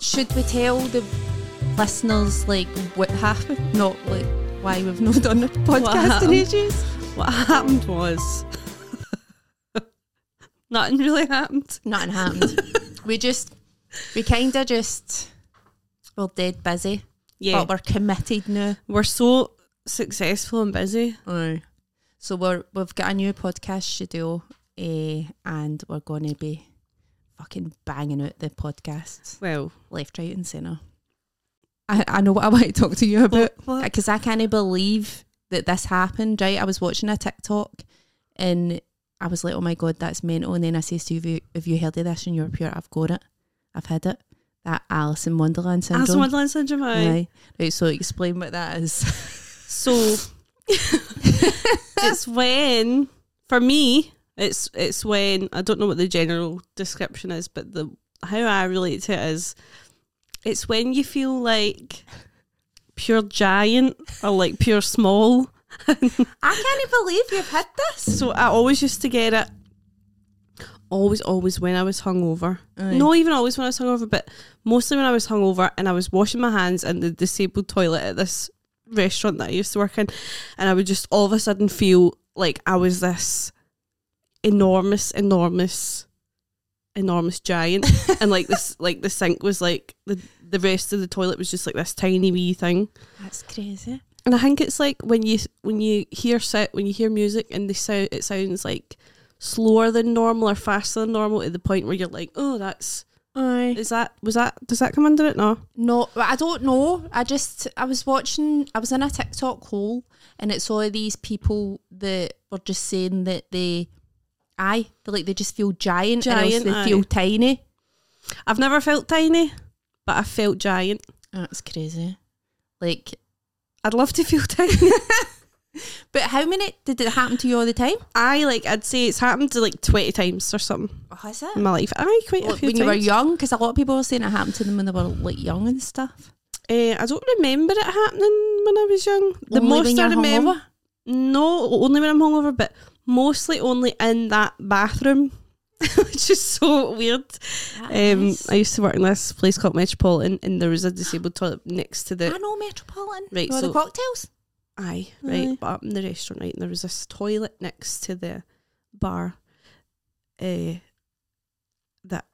should we tell the listeners like what happened? Not like why we've not done a podcast in happened? ages. What happened was nothing really happened. Nothing happened. we just we kind of just we're dead busy, Yeah, but we're committed now. we're so successful and busy. Aye. So we're we've got a new podcast schedule, eh, and we're going to be fucking banging out the podcasts Well, left, right, and centre. I, I know what I want to talk to you about what? because I can't believe that this happened. Right, I was watching a TikTok and I was like, "Oh my god, that's mental." And then I says to you, "Have you, have you heard of this?" And you're pure, "I've got it, I've had it." That Alice in Wonderland syndrome. Alice in Wonderland syndrome. aye. Aye. Right, so explain what that is. So it's when for me it's it's when I don't know what the general description is, but the how I relate to it is it's when you feel like pure giant or like pure small. I can't believe you've had this. So I always used to get it always, always when I was hungover. Not even always when I was hungover, but mostly when I was hungover and I was washing my hands in the disabled toilet at this restaurant that I used to work in. And I would just all of a sudden feel like I was this enormous, enormous, enormous giant. and like this like the sink was like the the rest of the toilet was just like this tiny wee thing. That's crazy. And I think it's like when you when you hear so, when you hear music and they sound it sounds like slower than normal or faster than normal to the point where you're like, oh, that's Aye. is that was that does that come under it? No, No, I don't know. I just I was watching. I was in a TikTok hole, and it's all these people that were just saying that they, aye, they like they just feel giant, and else Giant, they aye. feel tiny. I've never felt tiny, but I felt giant. That's crazy. Like, I'd love to feel tiny. but how many did it happen to you all the time? I like I'd say it's happened to like twenty times or something Oh, is it? in my life. I quite a Like few when you were times. young, because a lot of people were saying it happened to them when they were like young and stuff. Eh, I don't remember it happening when I was young. The Only most when I you're remember, hungover? no, only when I'm hungover, but mostly only in that bathroom, which is so weird. That Um, is- I used to work in this place called Metropolitan, and there was a disabled toilet next to I the know Metropolitan. Right, You know the so- cocktails. aye, right, Aye. but up in the restaurant, right, and there was this toilet next to the bar, uh, that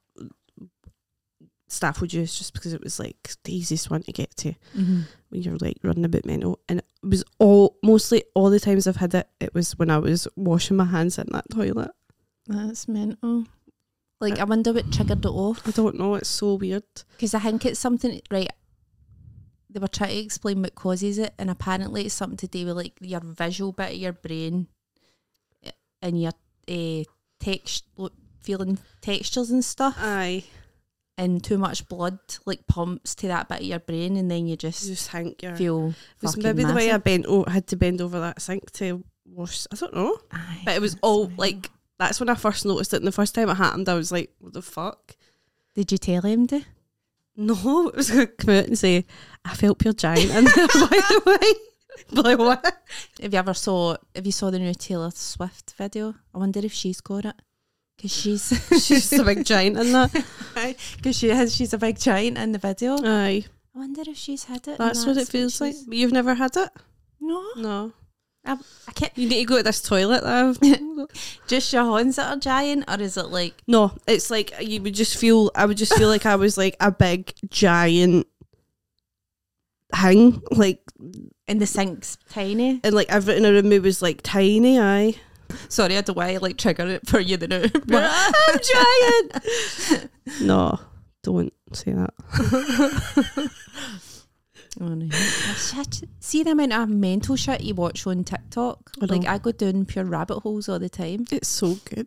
staff would use just because it was like the easiest one to get to when you're like running a bit mental. And it was all mostly all the times I've had it, it was when I was washing my hands in that toilet. That's mental. Like, I wonder what triggered it off. I don't know, it's so weird. Because I think it's something, right? They were trying to explain what causes it, and apparently it's something to do with like your visual bit of your brain eh, and your uh, text, feeling textures and stuff, Aye, and too much blood like pumps to that bit of your brain, and then you just just think you're feel. It was fucking maybe the way I massive. bent o- had to bend over that sink to wash. I don't know, Aye, but it was that's all mental. like that's when I first noticed it. And the first time it happened, I was like, "What the fuck?" Did you tell him? Do? No, it was gonna come out and say, "I felt pure giant." And by the way, by the way, Have you ever saw? Have you saw the new Taylor Swift video? I wonder if she's got it because she's she's just a big giant in that. because she has she's a big giant in the video. I Aye, wonder if she's had it. and that's what it feels like. she's- But you've never had it? No, No, I, I can't. you need to go to this toilet. That I've Just your horns that are giant, or is it like no, it's like you would just feel. I would just feel like I was like a big giant hang, like in the sinks tiny? and like everything around me was like tiny. I Sorry, I don't want to like trigger it for you to know. I'm giant. no, don't say that. Oh, no. Shit. See the amount of mental shit you watch on TikTok. I like know. I go down pure rabbit holes all the time. It's so good.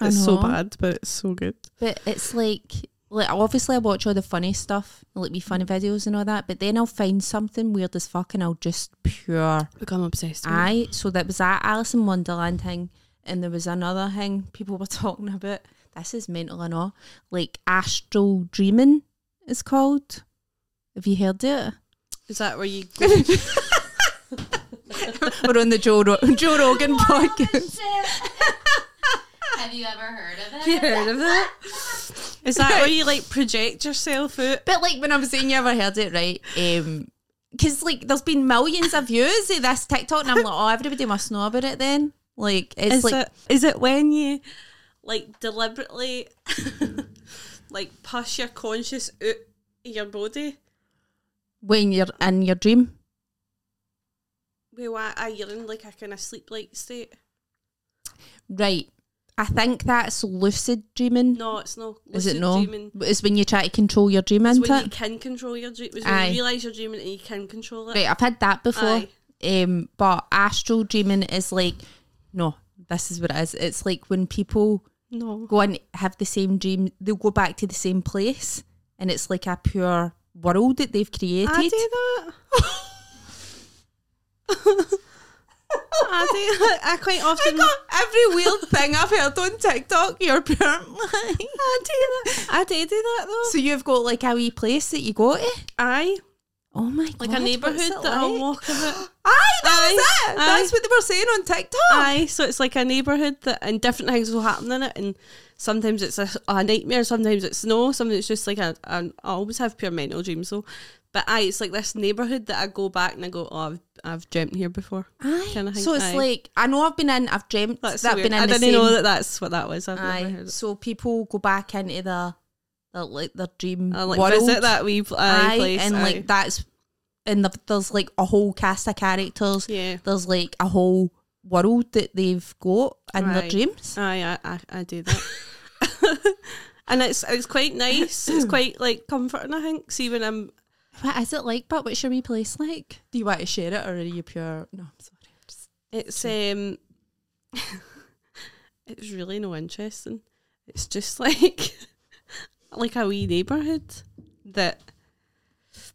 I It's so know. bad, but it's so good. But it's like, like obviously I watch all the funny stuff, like me funny videos and all that. But then I'll find something weird as fuck, and I'll just pure Become obsessed. with aye. So that was that Alice in Wonderland thing, and there was another thing people were talking about. This is mental and all, like astral dreaming is called. Have you heard it? Is that where you? We're on the Joe, Ro- Joe Rogan podcast. Have you ever heard of it? heard of it? Is that where you like project yourself out? But like when I was saying you ever heard it, right? Um 'cause because like there's been millions of views of this TikTok, and I'm like, oh, everybody must know about it. Then like it's Is like it is it when you like deliberately like push your conscious out of your body? when you're in your dream. Well, I, I you're in like a kind of sleep like state. Right. I think that's lucid dreaming. No, it's not. Is it lucid no? Dreaming. It's when you try to control your dream, It's isn't when you it? can control your dream. It's Aye. when you realise you're dreaming and you can control it. Right, I've had that before. Aye. Um, but astral dreaming is like, no, this is what it is. It's like when people No. go and have the same dream, they'll go back to the same place, and it's like a pure world that they've created. I do that. I do that. I quite often. every weird thing I've heard on TikTok, you're apparently. I do that. I do do that though. so you've got like a wee place that you go to. Aye. Oh my god! Like a neighbourhood that I'll walk about. Aye, that's Aye, it. aye. That's what they were saying on TikTok. Aye, so it's like a neighbourhood that and different things will happen in it, and sometimes it's a, a nightmare, sometimes it's no, sometimes it's just like a, a, I always have pure mental dreams though. But aye, it's like this neighbourhood that I go back and I go, oh, I've, I've dreamt here before. Aye. Kinda thing, so it's aye. like I know I've been in, I've dreamt That's that I've weird. been in I the didn't same. know that that's what that was. I've never aye. heard it. So people go back into the, the like their dream I like world. visit that wee pl- aye, aye, place. and aye. like that's and the, there's like a whole cast of characters. yeah, There's like a whole world that they've got in their Right. dreams. aye, I, I, I do that. and it's it's quite nice. It's quite like comforting. I think. See when I'm What is it like? But what's your wee place like? Do you want to share it, or are you pure? No, I'm sorry. Just- It's um, it's really no interesting. It's just like like a wee neighborhood that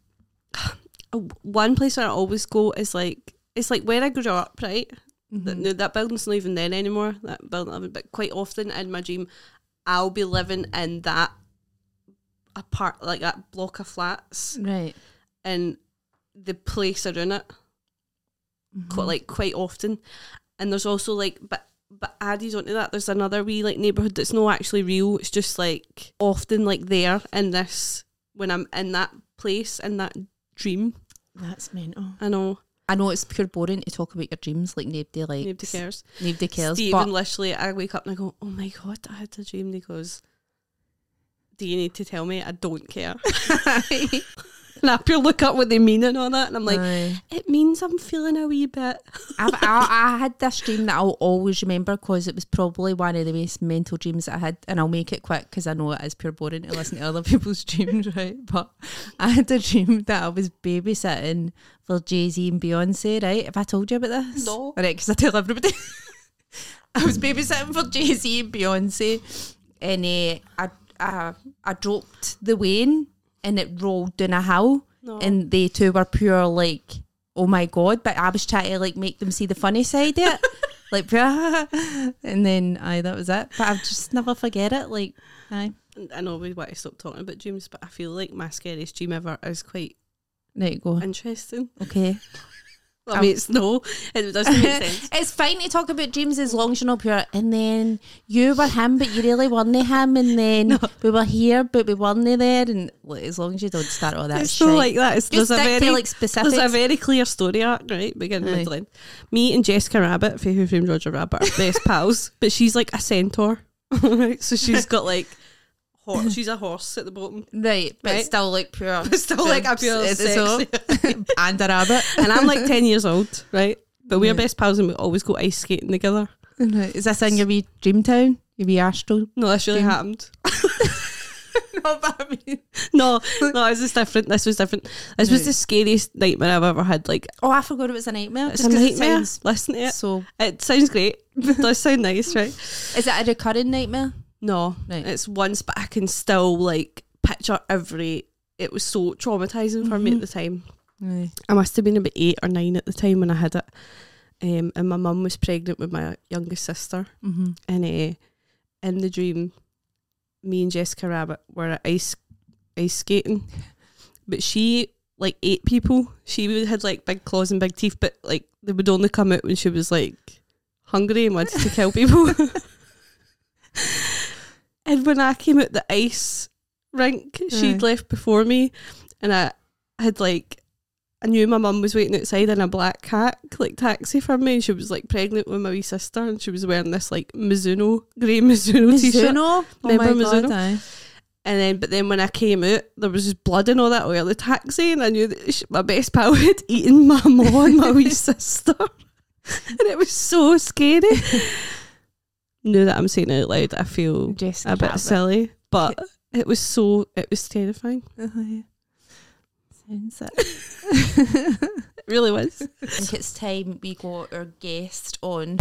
one place where I always go is like it's like where I grew up, right? That, Mm-hmm. no, that building's not even there anymore. That building, I would- but quite often in my dream, I'll be living in that apart like that block of flats Right. and the place around it Mm-hmm. Mm. quite, like quite often. And there's also like, but but added onto that, there's another wee like neighborhood that's not actually real. It's just like often like there in this when I'm in that place in that dream. That's mental. I know I know it's pure boring to talk about your dreams, like nobody likes. nobody cares. Nobody cares. but Stephen, literally, I wake up and I go, "Oh my god, I had a dream." And he goes, "Do you need to tell me? I don't care." and I pure look up what they mean and all that, and I'm like, Aye. "It means I'm feeling a wee bit." I've, I, I had this dream that I'll always remember because it was probably one of the most mental dreams that I had, and I'll make it quick because I know it is pure boring to listen to other people's dreams, right? But I had a dream that I was babysitting for Jay Z and Beyonce, right? Have I told you about this? No. Right, because I tell everybody. I was babysitting for Jay Z and Beyonce, and eh, I, I I dropped the Wayne, and it rolled down a hill, and they two were pure like, oh my god! But I was trying to like make them see the funny side of it, like, pure- and then aye, that was it. But I just never forget it, like, aye. I know we want to stop talking about dreams, but I feel like my scariest dream ever is quite Right, go. interesting. Okay. I mean, it's no, it doesn't make sense. it's fine to talk about dreams as long as you're not pure. And then you were him, but you really weren't him. And then we were here, but we weren't there. And like, as long as you don't start all that It's shit. not like that. It's, Just there's a stick very to like specifics. There's a very clear story arc, right? Beginning, Aye. middle, end. Me and Jessica Rabbit, Faith Who Framed Roger Rabbit, are best pals, but she's like a centaur, right? So she's got like, horse. she's a horse at the bottom, right, but Right. still like pure. still like a pure It's- it's all- and a rabbit. and I'm like ten years old, right? But we're best pals, and we always go ice skating together. Is this in your wee dream town? Your wee astral? No, that's really Dream. happened. No, but I mean. No, no, this is different. This was different. This was the scariest nightmare I've ever had. Like Oh, I forgot it was a nightmare. it's just a 'cause it nightmare. sounds Listen to it. so, It sounds great. It does sound nice, right? is it a recurring nightmare? No, Right. it's once, but I can still like picture every. It was so traumatizing for me at the time. Right. I must have been about eight or nine at the time when I had it, um, and my mum was pregnant with my youngest sister. Mm-hmm. And uh, in the dream, me and Jessica Rabbit were at ice ice skating, but she like ate people. She would- had like big claws and big teeth, but like they would only come out when she was like hungry and wanted to kill people. And when I came out the ice rink, she'd Aye. left before me, and I had like, I knew my mum was waiting outside in a black cat like taxi for me, and she was like pregnant with my wee sister, and she was wearing this like Mizuno grey Mizuno, t-shirt. Mizuno. Oh my Remember Mizuno? god. aye. And then, but then when I came out, there was just blood and all that all over the taxi, and I knew that sh my best pal had eaten my mum and my wee sister, and it was so scary. Knew that I'm saying it out loud, I feel Jessica a bit Rabbit. silly, but it was so it was terrifying. Uh-huh, yeah. Sounds it. It really was. I think it's time we got our guest on.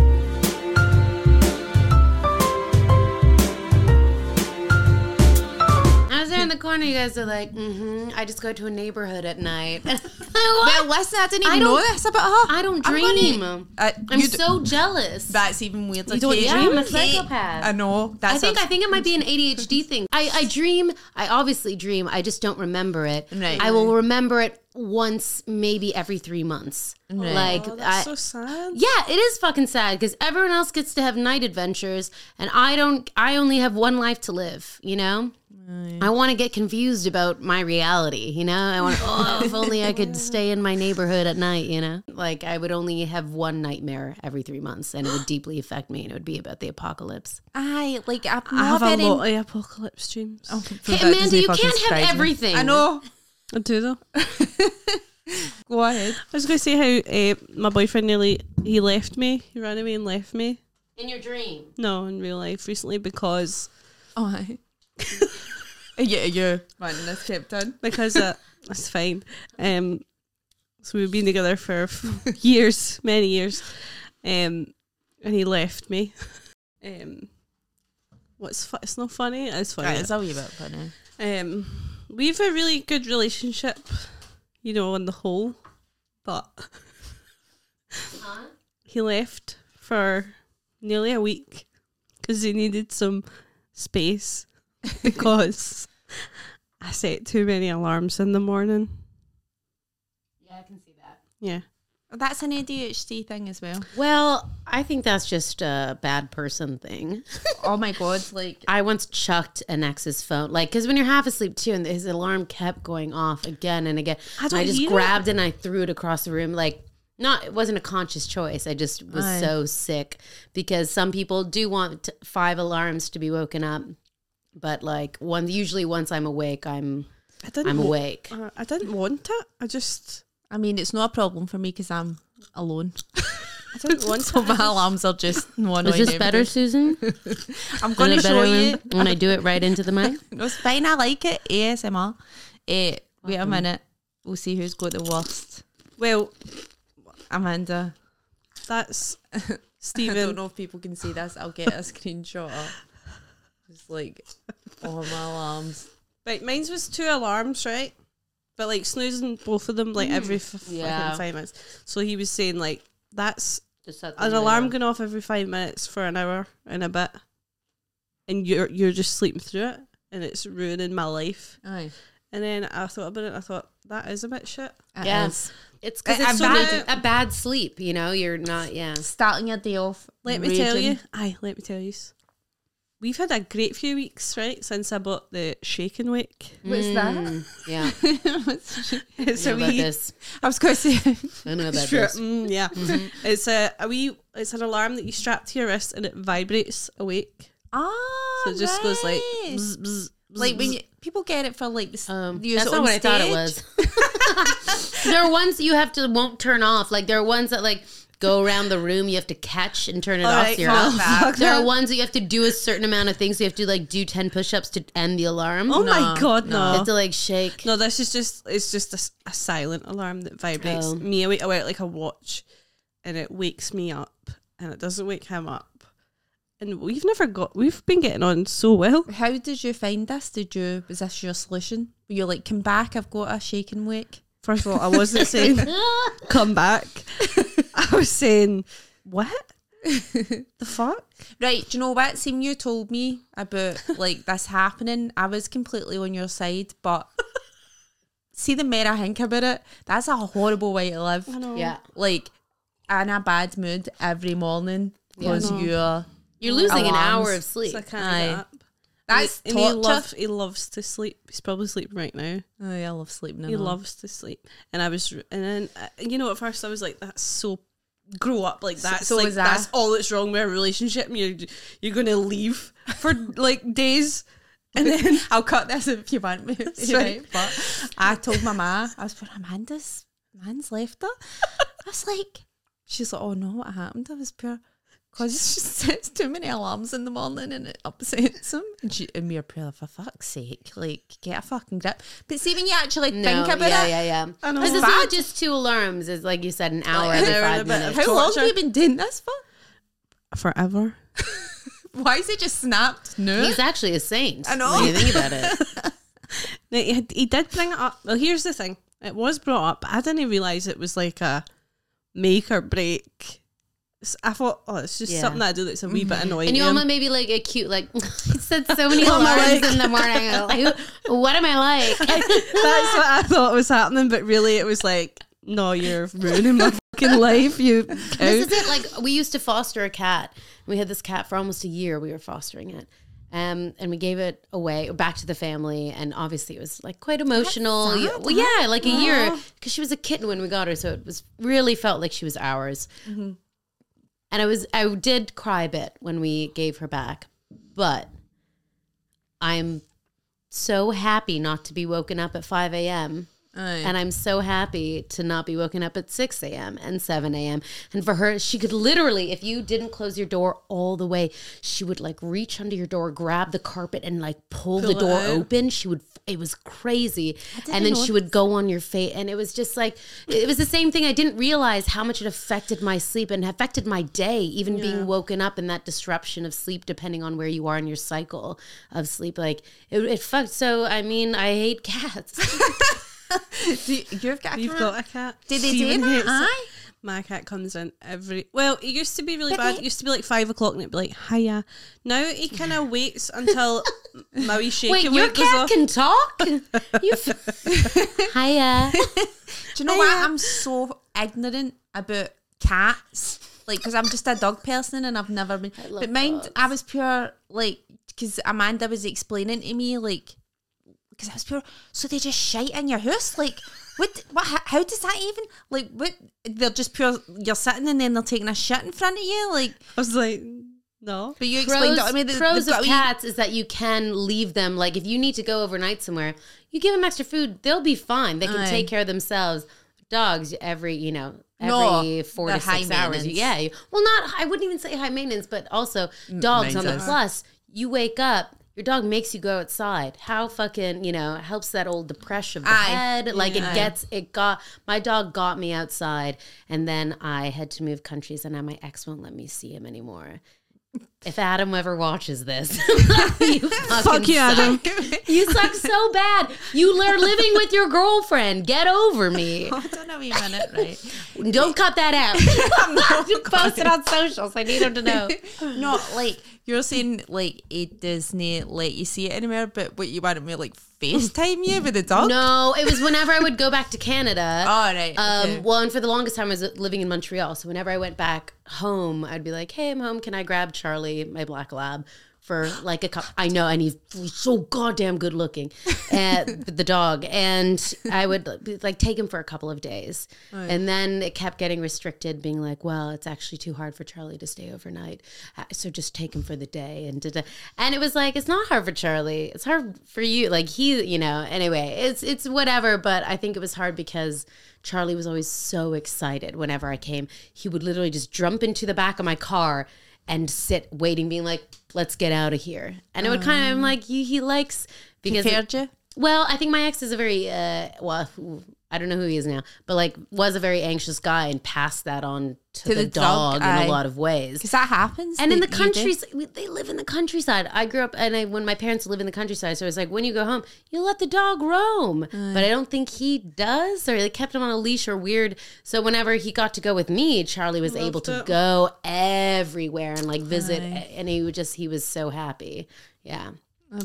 I was there in the corner. You guys are like, mm-hmm. I just go to a neighborhood at night. Well, listen, I didn't I even know don't- this about her. I don't I'm gonna- dream. I, I'm you d- so jealous. that's even weirder. You don't Kate. yeah, I'm a Kate, psychopath. I know. That's I think a- I think it might be an ADHD thing. I, I dream. I obviously dream. I just don't remember it. Right. I will remember it once, maybe every three months. Right. Like I, sad. yeah, it is fucking sad because everyone else gets to have night adventures, and I don't. I only have one life to live. You know. I want to get confused about my reality, you know? I want, oh, if only I could stay in my neighborhood at night, you know? Like, I would only have one nightmare every three months and it would deeply affect me and it would be about the apocalypse. Aye, like I'm I not have a very. lot of apocalypse dreams. Hey, Amanda, you can't have everything. I know. I do though. Go ahead. I was going to say how uh, my boyfriend nearly he left me. He ran away and left me. In your dream. No, in real life recently because Oh, aye. yeah, you running this kept on. because uh, that's fine. Um, so we've been together for f- years, many years, um, and he left me. Um, what's fu- it's not funny. It's funny. It's a wee bit funny. Um, we have a really good relationship, you know, on the whole, but he left for nearly a week because he needed some space because I set too many alarms in the morning. Yeah, I can see that. Yeah. Oh, That's an ADHD thing as well. Well, I think that's just a bad person thing. oh my god, like I once chucked an ex's phone, like, because when you're half asleep too, and his alarm kept going off again and again. I And don't I just hear grabbed it and I threw it across the room, like, not it wasn't a conscious choice. I just was Aye. so sick because some people do want t- five alarms to be woken up, but like one usually once I'm awake, I'm I didn't. I'm wa- awake. uh, I didn't want it. I just. I mean, it's not a problem for me because I'm alone. I didn't want So it. my alarms are just one. Is this better, Susan? I'm gonna Is it show better you. when, when I do it right into the mic. No, it's fine. I like it. ASMR. Eh, wait a minute. We'll see who's got the worst. Well, Amanda. that's I Stephen. don't know if people can see this. I'll get a screenshot. Up. Just like all my alarms. Right, mine's was two alarms, right? But like snoozing both of them like every f- Yeah. fucking five minutes. So he was saying like that's Just set the an light alarm on. going off every five minutes for an hour and a bit, and you're you're just sleeping through it, and it's ruining my life. Aye. And then I thought about it, and I thought that is a bit shit. Yeah. Yes. It's because A- it's a so bad, bad- a bad sleep. You know, you're not. Yeah. Starting your day off. Let me tell you, raging. aye, let me tell you. We've had a great few weeks, right, since I bought the shake and wake. What's Mm, yeah. I It's know a about wee this. I was going to say. I know about Sure. this. Mm, yeah, it's a, a wee. It's an alarm that you strap to your wrist and it vibrates awake. Ah. So it just goes like, right. bzz, bzz, Like bzz, when bzz. you, people get it for like. s- Um, use that's it not on what I thought it stage. was. there are ones that you have to won't turn off. Like there are ones that like go around the room. You have to catch and turn it All off. right, so you're fuck off. that. There are ones that you have to do a certain amount of things. you have to like do ten push-ups to end the alarm. oh my No, god, You no. have to like shake. No, this is just it's just a s- a, silent alarm that vibrates Oh. me awake. I wear it like a watch, and it wakes me up, and it doesn't wake him up. And we've never got. We've been getting on so well. How did you find this? Did you was this your solution? Were you like, come back, I've got a shake and wake? First of all, I wasn't saying come back. I was saying what the fuck. Right, do you know what? Seeing you told me about like this happening, I was completely on your side, but see the more I think about it, that's a horrible way to live. know. Yeah. Like in a bad mood every morning because Yeah. you're You're losing an Alarms. hour of sleep. So I can't get Aye. up. That's and he torture. loves he loves to sleep. He's probably sleeping right now. oh, yeah, I love sleep now. He loves to sleep. And I was, and then uh, you know, at first I was like, "That's so grow up." Like that's so like was I. that's all that's wrong with a relationship. You're you're gonna leave for like days, and then I'll cut this if you want me. That's you know, right. But I told my ma, I was like, Amanda's man's left her. I was like, she's like, oh no, what happened? I was pure. Because she sets too many alarms in the morning and it upsets him. And, she, and we are pure, for fuck's sake, like, get a fucking grip. But see, when you actually No, think about yeah, it, yeah, yeah, I know. Because it's Bad. not just two alarms. It's like you said, an hour an every hour and a five bit of minutes. how long Torture. have you been doing this for? forever. Why is it just snapped? No. He's actually a saint. I know. When you think about it. Now, he, had- he did bring it up. Well, here's the thing: it was brought up. but I didn't realize it was like a make or break. S- I thought, oh, it's just Yeah. something that I do that's a wee bit annoying. And you to him. almost maybe like acute, like I said so many What am I alarms like? in the morning. Like, who- what am I like? That's what I thought was happening, but really it was like, no, you're ruining my fucking life, you cow. this is it. Like we used to foster a cat. We had this cat for almost a year. We were fostering it. Um, and we gave it away back to the family, and obviously it was like quite emotional. sad, You- well, yeah, like a year because she was a kitten when we got her, so it was really felt like she was ours. And I was, I did cry a bit when we gave her back, but I'm so happy not to be woken up at five a.m. And I'm so happy to not be woken up at 6 a.m. and 7 a.m. And for her, she could literally, if you didn't close your door all the way, she would like reach under your door, grab the carpet, and like pull, Pull the it door out. open. She would, it was crazy. didn't And then know she would go on your face. And it was just like, it was the same thing. I didn't realize how much it affected my sleep and affected my day, even being woken up and that disruption of sleep, depending on where you are in your cycle of sleep. Like it, it fucked. So, I mean, I hate cats. Do you, you've got a You've cat? got a cat. Did they Stephen do that? hates it. Aye. My cat comes in every. Well, it used to be really bad. they- It used to be like five o'clock and it'd be like, hiya. Now he kind of waits until my wee shaking Wait, your weight goes cat off. can talk? You f- Hiya. Do you Oh, know what? yeah. I'm so ignorant about cats. Like, because I'm just a dog person and I've never been. love But mind, dogs. I was pure, like, because Amanda was explaining to me, like, because I was pure, so they just shite in your house? Like, what, what, how, how does that even, like, what, they're just pure, you're sitting and then they're taking a shit in front of you? Like, I was like, no. but you explained Pros, it to me. that pros they've of got wee- cats is that you can leave them. Like if you need to go overnight somewhere, you give them extra food, they'll be fine. They can Aye. take care of themselves. Dogs every you know No, every four to they're high six hours. maintenance. Yeah. you- Well, not I wouldn't even say high maintenance, but also dogs on the Mm, maintenance. plus. You wake up. Your dog makes you go outside. How fucking you know helps that old depression of the Aye. head. Like it gets it got my dog got me outside, and then I had to move countries, and now my ex won't let me see him anymore. If Adam ever watches this, you fucking Fuck you, suck. Adam. You suck so bad. You are living with your girlfriend. Get over me. Oh, I don't know what you meant, right? Don't cut that out. I'm not post it on socials. I need him to know. Not like you're saying like it doesn't let you see it anywhere, but what you wanted me to, like FaceTime you with a dog? No, it was whenever I would go back to Oh, Canada. All right. okay. Um, well, and for the longest time, I was living in Montreal. So whenever I went back home, I'd be like, "Hey, I'm home. Can I grab Charlie, my black lab, for like a cup?" I know, and he's so goddamn good looking, uh, the dog. And I would like take him for a couple of days, and then it kept getting restricted, being like, "Well, it's actually too hard for Charlie to stay overnight, uh, so just take him for the day." And da-da. and it was like, "It's not hard for Charlie. It's hard for you. Like he, you know." Anyway, it's it's whatever. But I think it was hard because. Charlie was always so excited whenever I came. He would literally just jump into the back of my car and sit waiting, being like, let's get out of here. And it would kind of, I'm like, he, he likes, because, Prepared you? well, I think my ex is a very, uh, well, who- I don't know who he is now, but like was a very anxious guy and passed that on to, To the, the dog, dog, in aye. a lot of ways. Because that happens. And in the that you do. countryside, we- they live in the countryside. I grew up, and I, when my parents live in the countryside, so it's like when you go home, you let the dog roam. But I don't think he does, or they kept him on a leash or weird. So whenever he got to go with me, Charlie was able to it. go everywhere and like visit, and he would just he was so happy. Yeah.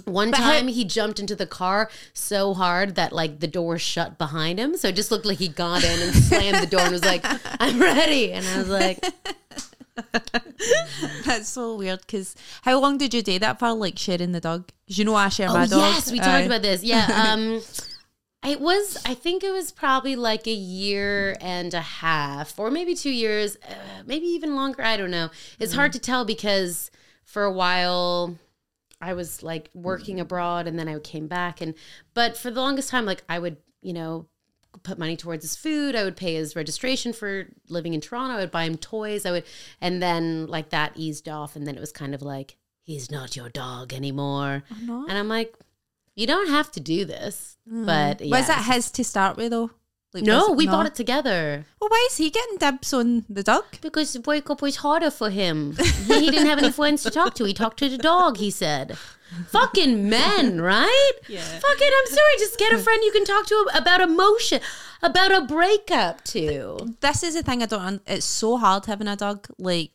One time he jumped into the car so hard that like the door shut behind him. So it just looked like he got in and slammed the door and was like, I'm ready. And I was like, That's so weird. Because how long did you do that for? Like sharing the dog? 'Cause you know I share Oh my dog. yes, we talked Aye. about this. Yeah, um, it was. I think it was probably like a year and a half, or maybe two years, uh, maybe even longer. I don't know. It's hard to tell because for a while I was like working abroad, and then I came back, and but for the longest time, like I would, you know. Put money towards his food. I would pay his registration for living in Toronto. I would buy him toys. I would, and then like that eased off. And then it was kind of like, he's not your dog anymore. No. And I'm like, you don't have to do this. But yeah. Was Mm. that his to start with though? Like, No, was we no? bought it together Well, why is he getting dibs on the dog? because wake up was harder for him. he he didn't have any friends to talk to. He talked to the dog. He said, "Fucking men, right? Yeah. Fucking, I'm sorry. Just get a friend you can talk to about emotion, about a breakup too. This is the thing I don't. un- It's so hard having a dog. Like,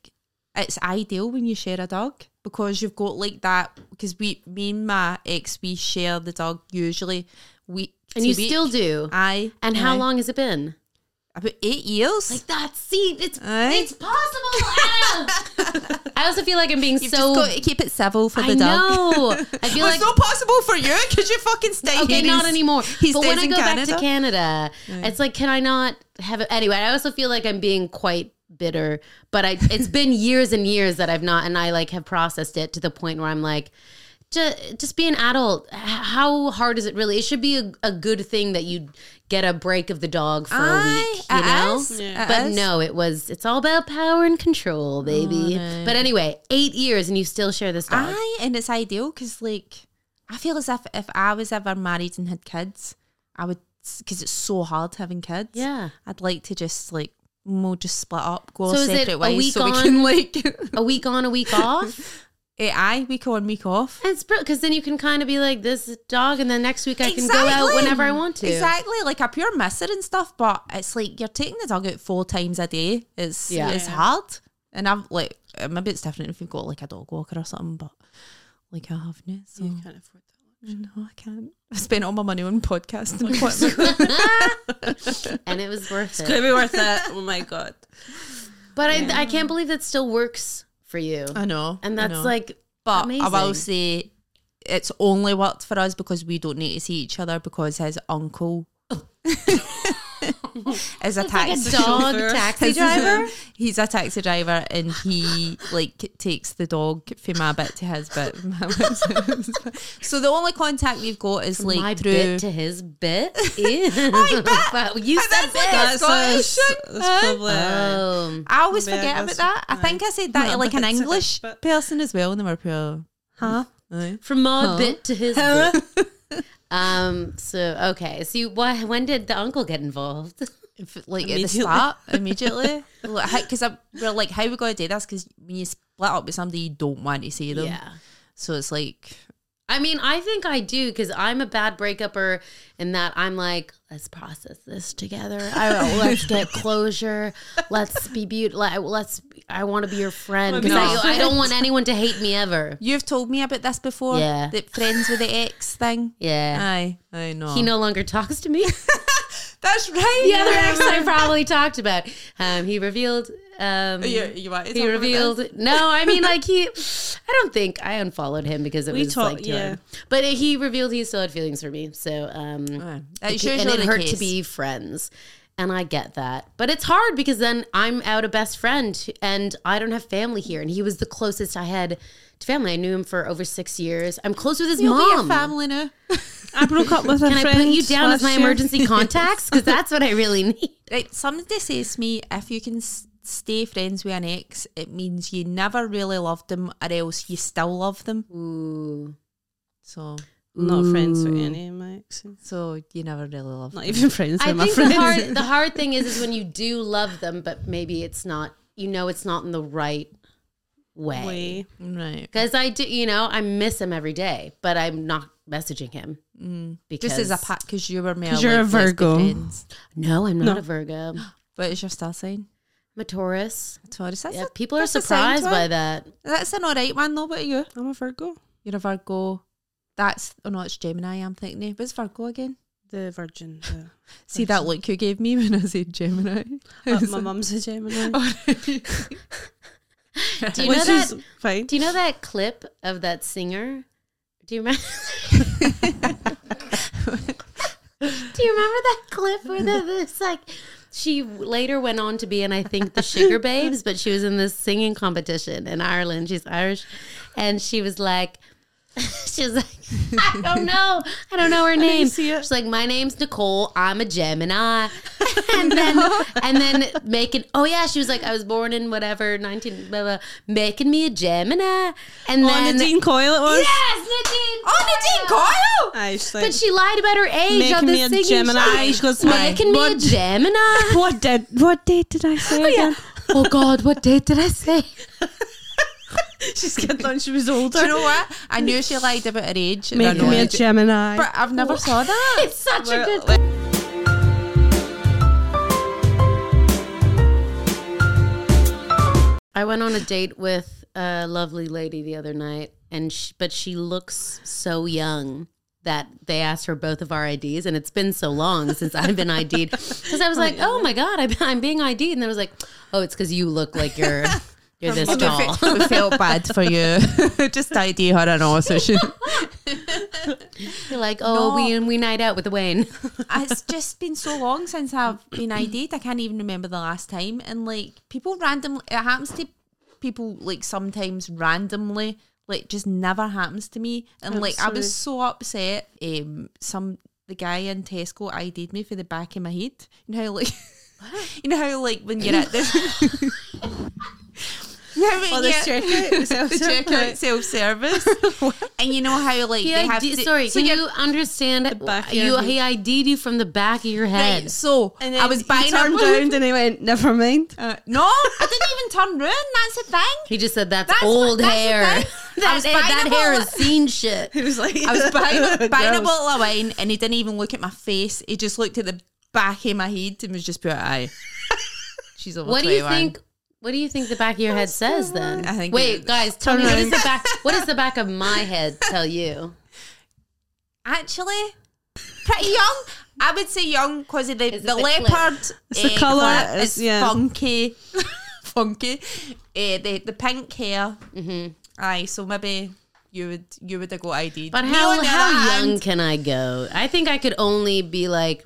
it's ideal when you share a dog because you've got like that. Because we, me and my ex, we share the dog usually week. And to you week. still do. Aye. And how aye. long has it been? About eight years. Like that. See, it's Aye. it's possible. Adam. I also feel like I'm being You've so. just got to keep it civil for I the dog. know. I feel Well, like it's not possible for you because you fucking stay here. Okay, and not he's- anymore. He but stays when I in go Canada. back to Canada, it's like, can I not have it? Anyway, I also feel like I'm being quite bitter, but I it's been years and years that I've not, and I like have processed it to the point where I'm like, just, just be an adult. H- How hard is it really? It should be a, a good thing that you get a break of the dog for Aye, a week, it you know? is, it But is. no, it was, it's all about power and control, baby. Oh, But anyway, eight years and you still share this dog. Aye, and it's ideal because like I feel as if if I was ever married and had kids, I would because it's so hard having kids. yeah. I'd like to just like we'll just split up, go our So is it separate a ways, week so we on? can like A week on, a week off. Eh, aye week on week off. It's because then you can kind of be like this dog, and then next week I can go out whenever I want to. Exactly, like a pure misser and stuff, but it's like you're taking the dog out four times a day. It's Yeah. it's hard, and I'm like eh, maybe it's different if you've got like a dog walker or something, but like I haven't. So. You can't afford that. No, I can't. I spent all my money on podcast and equipment. And it was worth Could it. it be worth it? Oh my god. But I, I can't believe that still works for you. I know. And I that's know. like, but I will amazing. say it's only worked for us because we don't need to see each other because his uncle is a a taxi dog Chauffeur. taxi driver. He's a taxi driver and he like takes the dog from my bit to his bit. so the only contact we've got is like My through bit to his bit. Ew. But you said bit. That's a- Scottish. That's probably. Um, I always Maybe I forget about guess- that. I think I said that Not a like an bit, it's a English bit, but- person as well, and they were pure. Huh? from my bit to his bit. Um. So okay. So you, why, when did the uncle get involved? If- Like at the Immediately. start, immediately. Because we're like, how we going to do this? Because when you split up with somebody, you don't want to see them. So it's like, I mean, I think I do because I'm a bad breakupper in that I'm like, let's process this together. I, let's get closure. Let's be beautiful. Let's. I want to be your friend because No. I, I don't want anyone to hate me ever. you've told me about this before. Yeah. The friends with the ex thing. Yeah. Aye, I know. he no longer talks to me. That's right. the other ex I probably talked about. Um, he revealed. Oh, Um, You, you want to he talk about revealed. this? No, I mean like he. I don't think I unfollowed him because it We was talk- like too yeah. hard. But he revealed he still had feelings for me. So um, Aye. That's It- usually and it the hurt to case. be friends. And I get that. But it's hard because then I'm out a best friend and I don't have family here. And he was the closest I had to family. I knew him for over six years. I'm close with his You'll be a mom. family now. I broke up with a Can I friend. put you down as last my year. emergency contacts? Because that's what I really need. Right, somebody says to me, if you can s- stay friends with an ex, it means you never really loved them, or else you still love them. Ooh. So, Not friends with any of my exes. so you never really love. Not even friends I with my think friends. the hard the hard thing is is when you do love them, but maybe it's not you know it's not in the right way. Way. them. Right. Because I do you know, I miss him every day, but I'm not messaging him. Because Just as a pat, because you were more. 'Cause you're a like, let's be Virgo. friends. No, I'm not No. a Virgo. What is your star sign? I'm a Taurus. A Taurus. That's Yeah, a, people are that's a sign surprised to by it. that. That's an alright one though. What are you? I'm a Virgo. You're a Virgo. That's oh no, it's Gemini. I'm thinking. What's Virgo again? The Virgin. The, See that look you gave me when I said Gemini. Oh, uh, my mum's a Gemini. Do you know which that? is fine. do you know that clip of that singer? Do you remember? do you remember that clip where the, it's like she later went on to be in I think the Sugar Babes, but she was in this singing competition in Ireland. She's Irish, and she was like. She was like, I don't know. I don't know her name. see it. She's like, my name's Nicole. I'm a Gemini. and then and then making oh yeah, she was like, I was born in whatever nineteen blah blah making me a Gemini. And On then the Dean Coyle it was. Yes, Nadine Oh, Nadine Coyle! Aye, she's like, But she lied about her age making on the me a singing Gemini. show. She goes, my Making me a blood. Gemini. What did what date did I say again? oh God, what date did I say? She's getting on. She was Do you older. know what? I knew she lied about her age. and I Making know me a it. Gemini. But I've never saw that. It's such a Well, good. like- I went on a date with a lovely lady the other night, and she, but she looks so young that they asked for both of our IDs, and it's been so long since I've been ID'd because I was like, oh my god, I'm, I'm being ID'd, and I was like, oh, it's because you look like you're you're this We fe- tall. we felt bad for you. Just ID her and all. So she. You're like, oh, No. we we night out with Wayne. it's just been so long since I've been ID'd. I can't even remember the last time. And like people randomly, it happens to people like sometimes randomly. Like just never happens to me. And like I was so upset. Um, some the guy in Tesco ID'd me for the back of my head. You know how like, you know how like when you're at this. You know when Oh, the you're- checkout, the self-serve, checkout right. self service, and you know how like He they have ID to, sorry, so can you're- you understand? The back of you your he ID'd you from the back of your head. Right, so And I was buying he up. turned around and he went, never mind. Uh, no, I didn't even turn round. That's the thing. He just said that's, That's old what- that's the hair. thing. I That, was that, buying a hair whole- is seen shit. He was like, I was buying, buying a Gross. bottle of wine and he didn't even look at my face. He just looked at the back of my head and was just pure eye. She's over What do you 21. think? What do you think the back of your head says then? I think Wait, it- guys, tell me Turn what is around. the back? What does the back of my head tell you? Actually, pretty young. I would say young because of the, the, it the clip? leopard. It's the colour, clap. it's- It's yeah. funky. funky. Uh, the, the pink hair. Mm-hmm. Aye, so maybe you would you would have got ID. But how how young can I go? I think I could only be like,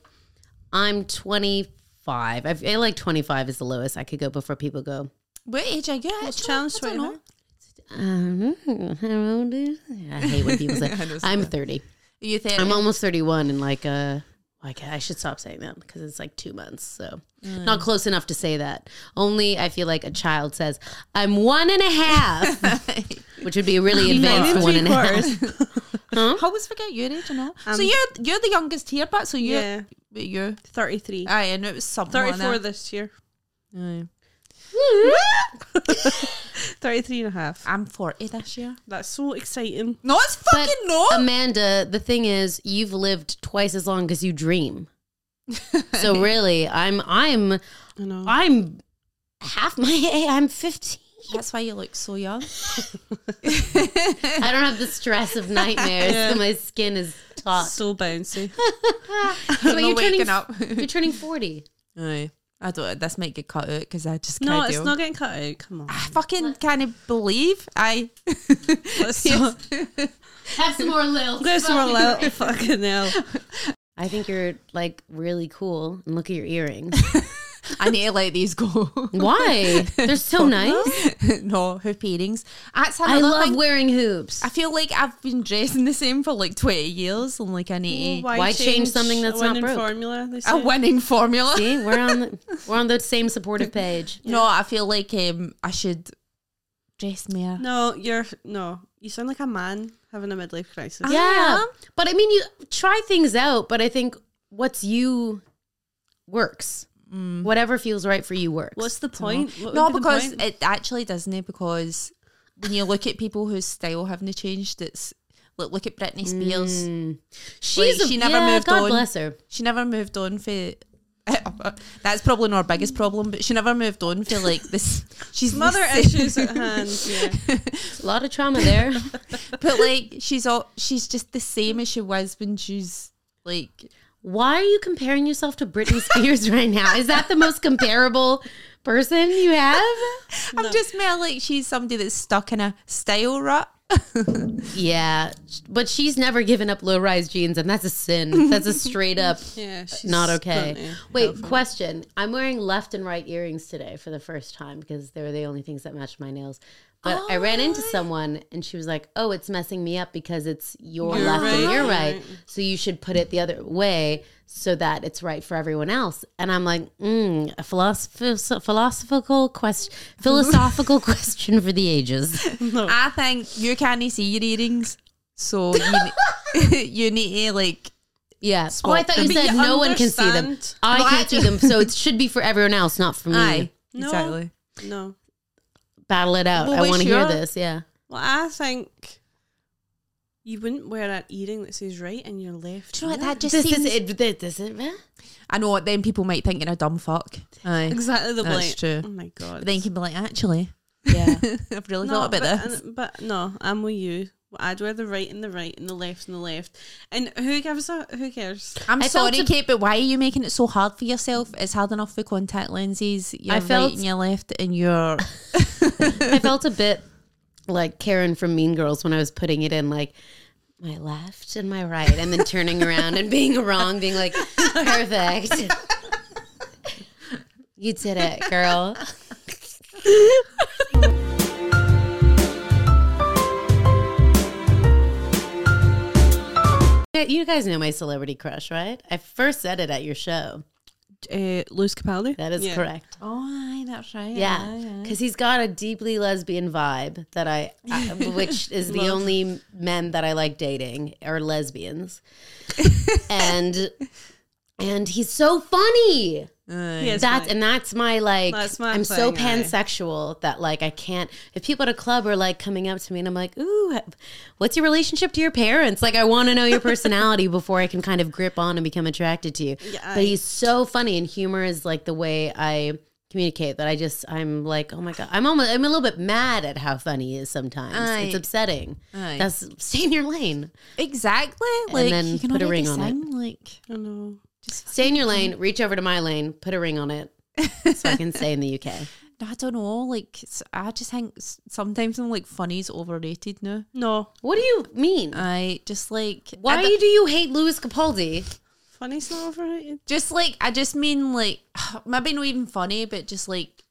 I'm 25. I feel like 25 is the lowest I could go before people go. What age are you? Actually? challenge I don't know. right Um, how old is- I hate when people say I'm 30. Are you think? I'm almost 31 and like uh I ca- I should stop saying that because it's like two months, so Mm. not close enough to say that. Only I feel like a child says, "I'm one and a half," which would be really advanced one and a half. I always forget your age and all. so you're you're the youngest here, but so you Yeah, are you 33. aye, and it was something. 34 Like that. this year. Aye. 33 and a half. I'm forty this year. um, That's so exciting. No, it's But fucking no. Amanda, the thing is, you've lived twice as long as you dream. so really, I'm I'm I know. I'm half my age. I'm 15. That's why you look so young. I don't have the stress of nightmares. so my skin is taut. so bouncy. But no you're turning waking up. you're turning 40. aye, I don't. This might get cut out because I just no, can't it's deal. not getting cut out. Come on. I fucking can't believe I. Let's not. Have some more lil. There's more little fucking hell. I think you're like really cool and look at your earrings. I need to let these go. Why? They're so nice. no, hoop earrings. That's I another love thing. wearing hoops. I feel like I've been dressing the same for like twenty years, and like I need to- Why change something that's a not winning broke? formula? They a say. winning formula. See, we're on the, we're on the same supportive page. No, I feel like um, I should dress more. no, you're no. You sound like a man having a midlife crisis. Ah, Yeah. am. But I mean you try things out, but I think what's you works. Whatever feels right for you works. What's the point? What No, would be the because point? it actually doesn't. eh, Because when you look at people whose style haven't changed, it's look look at Britney Spears. She's like, a, she never yeah, moved God on. bless her. She never moved on for. That's probably not our biggest problem, but she never moved on for like this. She's mother this- issues at hand. Yeah. A lot of trauma there. but like she's all she's just the same as she was when she's like Why are you comparing yourself to Britney Spears right now? Is that the most comparable person you have? I'm just more like she's somebody that's stuck in a style rut. yeah, but she's never given up low rise jeans, and that's a sin. That's a straight up Yeah, she's not okay. plenty Wait, question. I'm wearing left and right earrings today for the first time because they were the only things that matched my nails. But I ran Oh, into someone and she was like, "Oh, it's messing me up because it's your Your left and right. your right, so you should put it the other way so that it's right for everyone else." And I'm like, mm, a philosoph- philosophical question, philosophical question for the ages. I think you can't see your earrings, so you, ne- you need to like. Yeah. Oh, I thought you But said you no one can see them. understand. I Well, I- can't see them, so it should be for everyone else, not for me. Aye, No. exactly. No. Battle it out. Well, I we want to sure? hear this. Yeah. Well, I think you wouldn't wear that earring that says right and your left. Do you know what? That just This seems. is it. This, this is it. I know what then people might think you're a dumb fuck. Aye. Exactly the That's blank. true. Oh my god. But then you can be like, actually, Yeah. uh, I've really thought about but, this. and- but no, I'm with you. I'd wear the right and the right and the left and the left. And who gives a who cares? I'm I felt sorry, a- Kate, but why are you making it so hard for yourself? It's hard enough with contact lenses. You're I felt- right and you're left, and you're. I felt a bit like Karen from Mean Girls when I was putting it in, like my left and my right, and then turning around and being wrong, being like, perfect. you did it, girl. Yeah, You guys know my celebrity crush, right? I first said it at your show. Uh, Louis Capaldi. That is Yeah. correct. Oh, aye, that's right. Yeah, because he's got a deeply lesbian vibe that I, I which is the only men that I like dating are lesbians, and and he's so funny. Yes, That's mate. and that's my like. That's my I'm so thing, aye. pansexual that like I can't. If people at a club are like coming up to me and I'm like, "Ooh, what's your relationship to your parents?" Like I want to know your personality before I can kind of grip on and become attracted to you. Yeah, but aye. he's so funny, and humor is like the way I communicate. That I just I'm like, oh my god, I'm almost I'm a little bit mad at how funny he is sometimes. Aye. It's upsetting. Aye. That's stay in your lane. Exactly. Like, then you can put a already ring on it. sing, Like, I know. Stay in your lane. Reach over to my lane. Put a ring on it. so I can stay in the UK. I don't know. Like, it's- I just think s- sometimes I'm like, funny's overrated now. No, What do you mean? I just like. Why I you- do you hate Louis Capaldi? funny's not overrated. Just like, I just mean like, maybe not even funny, but just like,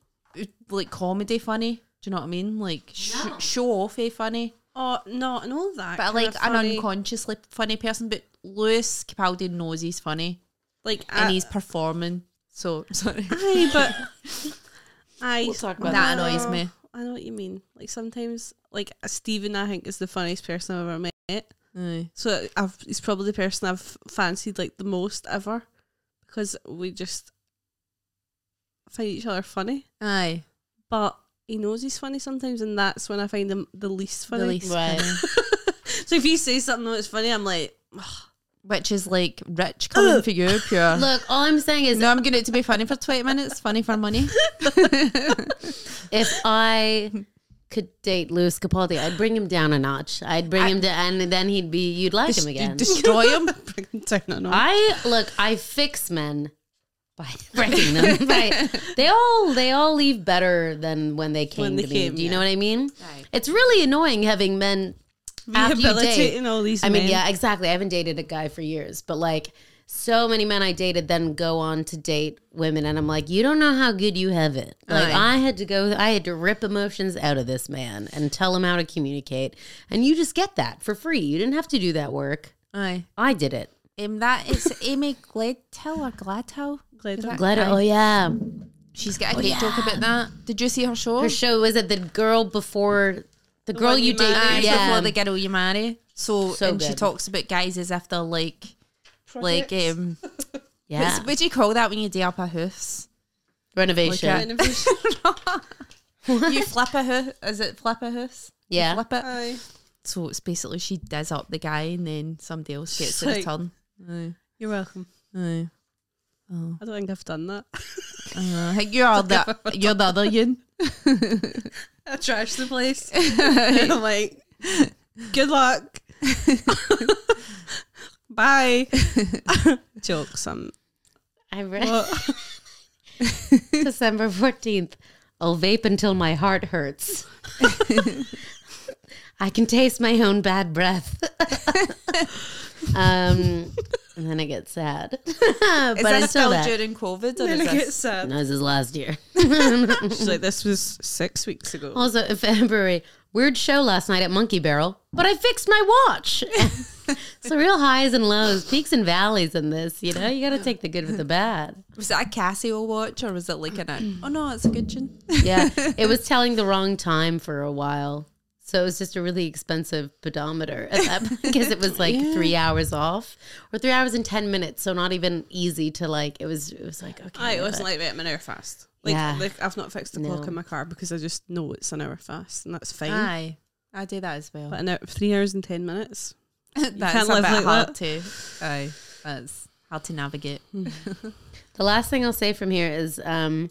like comedy funny. Do you know what I mean? Like, sh- show offy funny. Oh no, I know that. But kind like of an funny. unconsciously funny person. But Lewis Capaldi knows he's funny like and Uh, I- he's performing. So sorry. Aye, but I We'll talk about That that. annoys me. I know what you mean. Like sometimes, like Stephen, I think is the funniest person I've ever met. Aye. So I've, he's probably the person I've fancied like the most ever because we just find each other funny. Aye. But he knows he's funny sometimes, and that's when I find him the least funny. The least Right. funny. So if he says something that's funny, I'm like, "Ugh, Which is like rich coming for you, pure. Look, all I'm saying is No, I'm going to be funny for 20 minutes, funny for money. if I could date Louis Capaldi, I'd bring him down a notch. I'd bring him to, and then he'd be, you'd like him again. Destroy him. bring him down on all. I look, I fix men by breaking them. by, they all they all leave better than when they came When they to came, me. Do you yeah. know what I mean? It's really annoying having men after you date. Rehabilitating all these I mean, men. yeah, exactly. I haven't dated a guy for years, but like so many men I dated then go on to date women, and I'm like, you don't know how good you have it. Like Aye. I had to go, I had to rip emotions out of this man and tell him how to communicate, and you just get that for free. You didn't have to do that work. Aye. I did it. Um, that is Amy Gladhill or Gladhill. Gladhill. Is that Glad. guy? Oh yeah, She's got a great joke about that. Did you see her show? Oh, her show was it the girl before the girl one you you dated? Aye, married. yeah, Before the girl you marry. So, So and she good. talks about guys as if they're like, like, um, yeah. what do you call that when you day up a house? renovation. Look at- Renovation. you flip a house. Is it flip a house? You Yeah. flip it. Aye. So it's basically she does up the guy and then somebody else gets She's the like- return. You're welcome. Aye. I don't think I've done that. Uh, you're the you're the other yin. I trashed the place. I'm like, good luck. Bye. Jokes. Um, I re- what? December 14th. I'll vape until my heart hurts. I can taste my own bad breath. um, and then I get sad. but Is that until still that, during COVID? Or Then I get is sad. no, this is last year. She's like, this was six weeks ago. Also, in February, weird show last night at Monkey Barrel, but I fixed my watch. so real highs and lows, peaks and valleys in this. You know, you got to take the good with the bad. was that a Casio watch or was it like an? Oh no, it's a Gudgeon. Yeah, it was telling the wrong time for a while. So it was just a really expensive pedometer at that because it was like three hours off or three hours and ten minutes. So not even easy to like. It was. It was like okay. I but- wasn't like that. I'm an hour fast. Like, Yeah. like I've not fixed the No. Ah, clock in my car because I just know it's an hour fast and that's fine. Aye, I do that as well. But an hour, three hours and ten minutes. that's can't a live bit like hard that. to. Aye, that's hard to navigate. The last thing I'll say from here is um,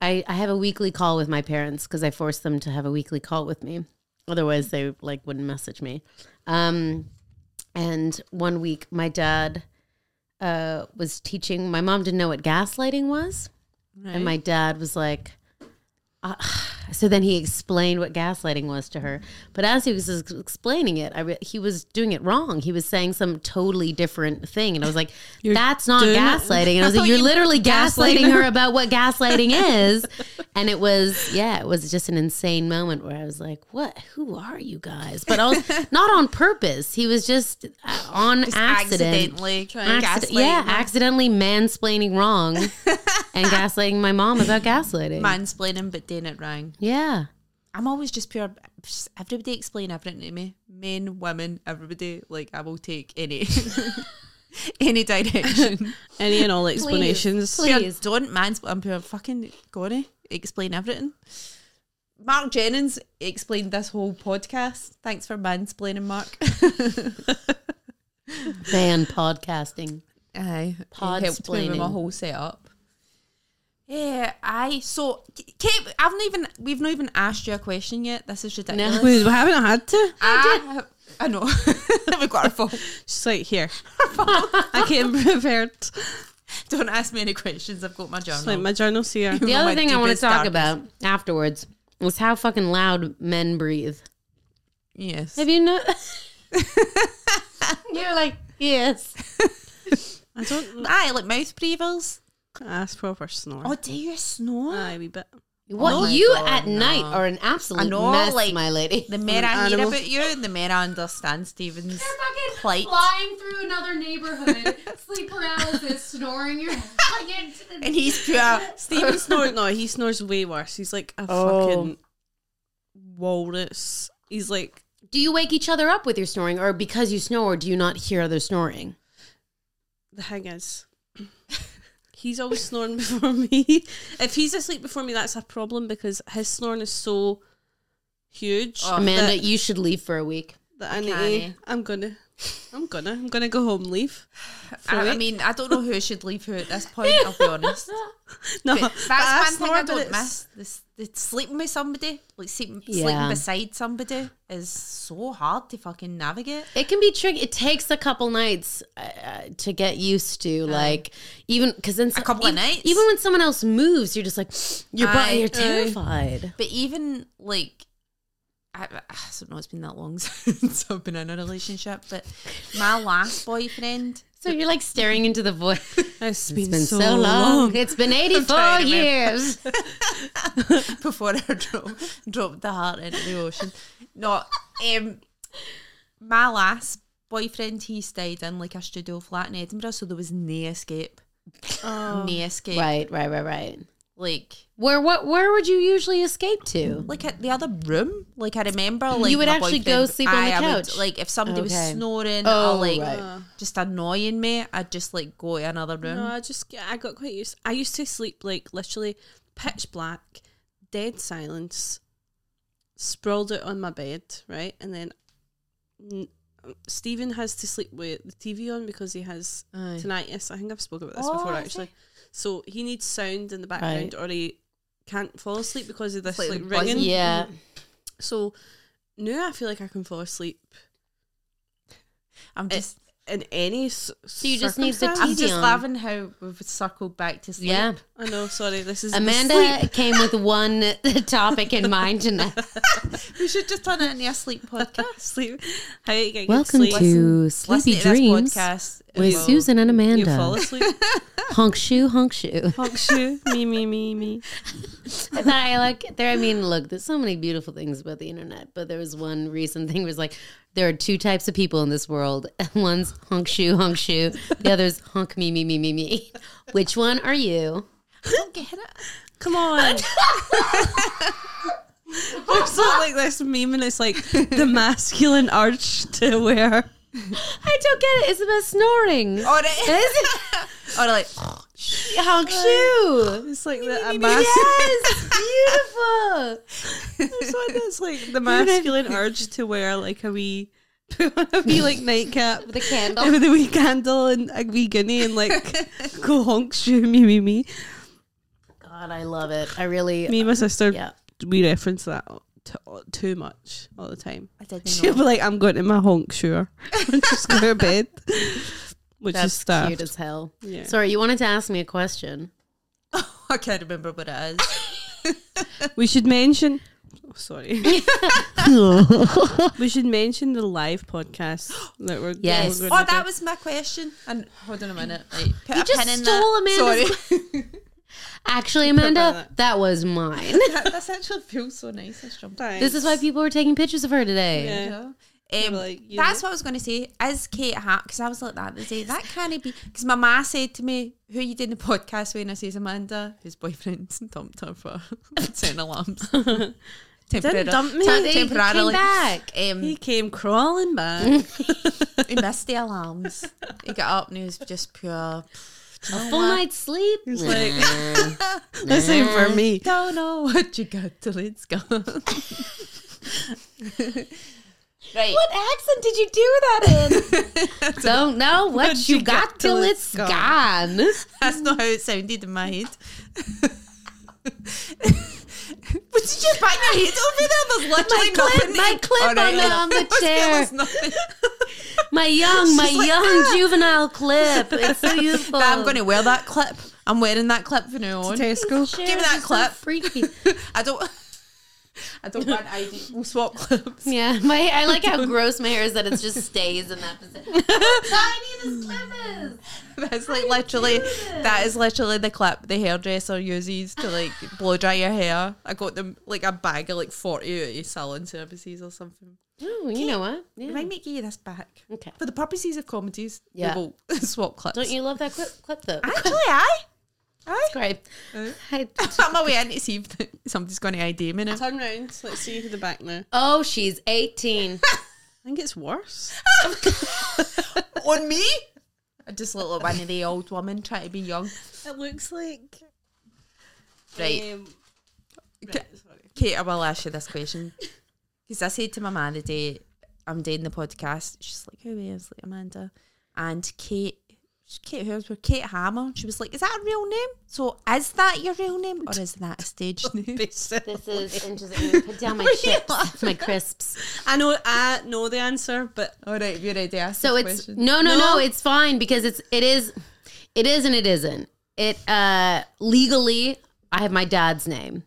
I, I have a weekly call with my parents because I forced them to have a weekly call with me. Otherwise, they like wouldn't message me. Um, and one week, my dad uh, was teaching. My mom didn't know what gaslighting was, and my dad was like. "Ah." so then he explained what gaslighting was to her. But as he was ex- explaining it, I re- he was doing it wrong. He was saying some totally different thing, and I was like, "That's not doing it- gaslighting." And I was like, thought "You're you literally gaslighting gaslighting her about what gaslighting is." And it was, yeah, it was just an insane moment where I was like, "What? Who are you guys?" But I was not on purpose. He was just uh, on accident. Accidentally trying Accident, yeah, accidentally mansplaining wrong and gaslighting my mom about gaslighting. mansplaining, but doing it wrong. yeah. I'm always just pure. just Everybody explain everything to me. Men, women, everybody. Like I will take any, any direction. Any and all explanations. please. Pure don't mansplain. I'm pure fucking gonna explain everything. Mark Jennings explained this whole podcast. Thanks for mansplaining, Mark. Ban podcasting. Aye, pod Pod helped me with my splaining. whole setup. Yeah, aye. So, K- Kate, I've not even we've not even asked you a question yet. This is ridiculous. We haven't had to. I, I know. We've got our fault. She's like, here. I came prepared. Don't ask me any questions. I've got my It's like journal. my journal's here. You The know other my thing I want to deepest, talk darkest- about afterwards was how fucking loud men breathe. Yes. Have you know? You're like, yes. I don't Aye, like mouth breathers. ask proper snore. Oh, do you snore? Aye, a wee bit. What Oh my you God, at night no. are an absolute I know, mess, like, my lady. The more I hear animal. about you, the more I understand Stephen's plight. flying through another neighborhood, sleep paralysis, snoring your And he's pure. Stephen snores. No, he snores way worse. He's like a Oh. fucking walrus. He's like Do you wake each other up with your snoring, or because you snore, do you not hear other snoring? the thing is, he's always snoring before me. If he's asleep before me, that's a problem because his snoring is so huge. Amanda, that, you should leave for a week. that I need. Uncanny. E I'm gonna, I'm gonna, I'm gonna go home. Leave. I, I mean, I don't know who should leave who at this point. I'll be honest. No, But but I that's one thing snore, I but don't it's- miss. This, the sleeping with somebody, like sleeping, Yeah. sleeping beside somebody, is so hard to fucking navigate. It can be tricky. It takes a couple nights uh, uh, to get used to, like even because then a couple of nights? even when someone else moves, you're just like your Aye. body, you're Aye. terrified. But even like, I, I don't know. It's been that long since I've been in a relationship. But my last boyfriend, So you're like staring into the void. It's It's been so, long. It's been 84 trying to years. before I dro- dropped the heart into the ocean, no, um, my last boyfriend, he stayed in like a studio flat in Edinburgh, so there was no escape, no escape. right, right, right, right. Like, Where what where would you usually escape to? like at the other room. Like I remember, like You would my actually boyfriend- go sleep on the Aye, I would- couch? like if somebody was Okay. snoring Oh, or like right. just annoying me, I'd just like go to another room. No, I just get- I got quite used. I used to sleep like literally pitch black, dead silence, sprawled out on my bed, right, and then n- Stephen has to sleep with the TV on because he has Uh, Aye. tinnitus. I think I've spoken about this Oh, before has actually. So he needs sound in the background, or he can't fall asleep because of this It's like like ringing. buzzing. Yeah. So now I feel like I can fall asleep. I'm just in any s- So you just need the circumstance. I'm just Tedium. loving how we've circled back to sleep. Yeah. I know. Sorry, this is the sleep. Amanda came with one topic in mind tonight. We should just turn it into a sleep podcast. sleep. How you get Welcome good sleep? to Listen Sleepy to this Dreams podcast. with Well, Susan and You fall Amanda. asleep. Honk shoe, honk shoe. Honk shoe. Me, me, me, me. I thought I like there. I mean, look, there's so many beautiful things about the internet, but there was one recent thing was like there are two types of people in this world. One's honk shoe, honk shoe. The other's honk me, me, me, me, me. Which one are you? don't get it. Come on. There's not like this meme, and it's like the masculine urge to wear. I don't get it. It's about snoring. Or it is. or like, honk shoe. It's like the a mas- Yes, beautiful. It's one that's like the masculine urge to wear like a wee, a wee like nightcap With a candle. with a wee candle and a wee guinea and like go honk shoe me me me. God, I love it. I really. Me and my sister Yeah. we reference that to, too much all the time. I didn't She'll know. be like, "I'm going to my honk shoe when she's going to bed," which That's is stuff. cute as hell. Yeah. Sorry, you wanted to ask me a question. I can't remember what it is. We should mention. oh, sorry. we should mention the live podcast that we're. Yes. we're Oh, gonna that do. was my question. And hold on a minute. Like, put You a just pin in stole that. Amanda's- Sorry. Actually, Amanda, that was mine. that, that's actually feels so nice. I jumped out. This is why people were taking pictures of her today. Yeah. Yeah. They Um, were like, you that's what I was going to say. Is Kate Hart? Because I was like that the day. That can't be. Because my ma said to me, "Who you doing the podcast with?" And I says, "Amanda, whose boyfriend's dumped her for setting alarms." Temporarily. Didn't dump me. So Tem- they came temporarily. back. He Um, came crawling back. he missed the alarms. He got up and he was just pure. A Uh-huh. full night's sleep. He's like, this ain't for me. Don't know what you got till it's gone. right. What accent did you do that in? Don't know what you got till it's gone. That's not how it sounded in my head. What did you bang your head over there? There's literally My clip, nothing. my in- Oh, clip Alright, on the- on the I was chair. there was nothing. My young, my She's like, young "Ah." juvenile clip. It's so beautiful. Now I'm going to wear that clip. I'm wearing that clip from now on. Tesco. Give me that clip. freaky. I don't. I don't want ID. We'll swap clips. Yeah, my I like how gross my hair is that it just stays in that position. Look how tiny this clip is. That's like literally. That is literally the clip the hairdresser uses to like blow dry your hair. I got them like a bag of like forty out of salon services or something. Oh, you know what? Yeah. Might make you this back. Okay. For the purposes of comedies, Yeah. we will swap clips. Don't you love that clip, clip though? Actually, I. Uh-huh. I. Great. I- I'm my way in to see if somebody's going to ID me now. Turn round. so Let's see who the back now. oh, she's 18. I think it's worse. On me? I just look like one of the old women trying to be young. It looks like. Right. Um, Kate, I will ask you this question. Because I said to my man today, I'm doing the podcast. She's like, who are you? I was like, Amanda. And Kate, she- Kate, hers were Kate Hammer. She was like, is that a real name? So is that your real name or is that a stage name? This is interesting. I'm gonna Put down my chips, my crisps. I know. I know the answer, but All right, you're ready to ask So this it's question. no, no, no, No. It's fine because it's it is, it is and it isn't. It uh legally, I have my dad's name.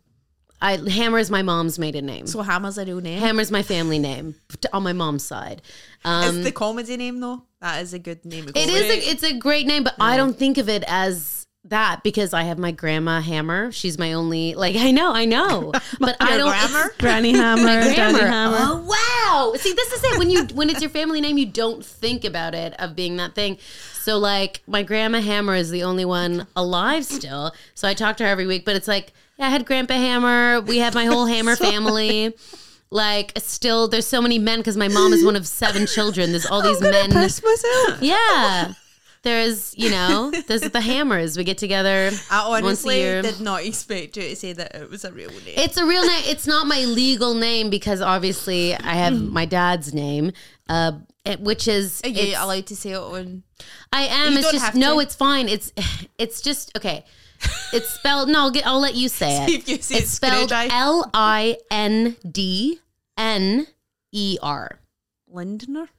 I Hammer is my mom's maiden name. So Hammer's a real name? Hammer's my family name t- on my mom's side. Um, it's the comedy name though. That is a good name. of it comedy. is. A, it's a great name, but I don't think of it as that because I have my grandma Hammer. She's my only. Like I know, I know, but I don't. it's- grammar? Granny Hammer, Daddy Hammer. Hammer. Oh wow! See, this is it. When you when it's your family name, you don't think about it of being that thing. So like, my grandma Hammer is the only one alive still. So I talk to her every week, but it's like yeah, I had Grandpa Hammer. We have my whole Hammer family. Like, still, there's so many men because my mom is one of seven children. There's all these men. myself. Yeah. There's, you know, there's the hammers. We get together I once a honestly year. did not expect you to say that it was a real name. It's a real name. It's not my legal name because obviously I have Mm. my dad's name, uh, it- which is Are you it's- allowed to say it on? I am. Uh, You It's don't just have no. to. It's fine. It's it's just okay. It's spelled. No, I'll get. I'll let you say it. If you say It's spelled screwdriver- L I N D N E R. Lindner.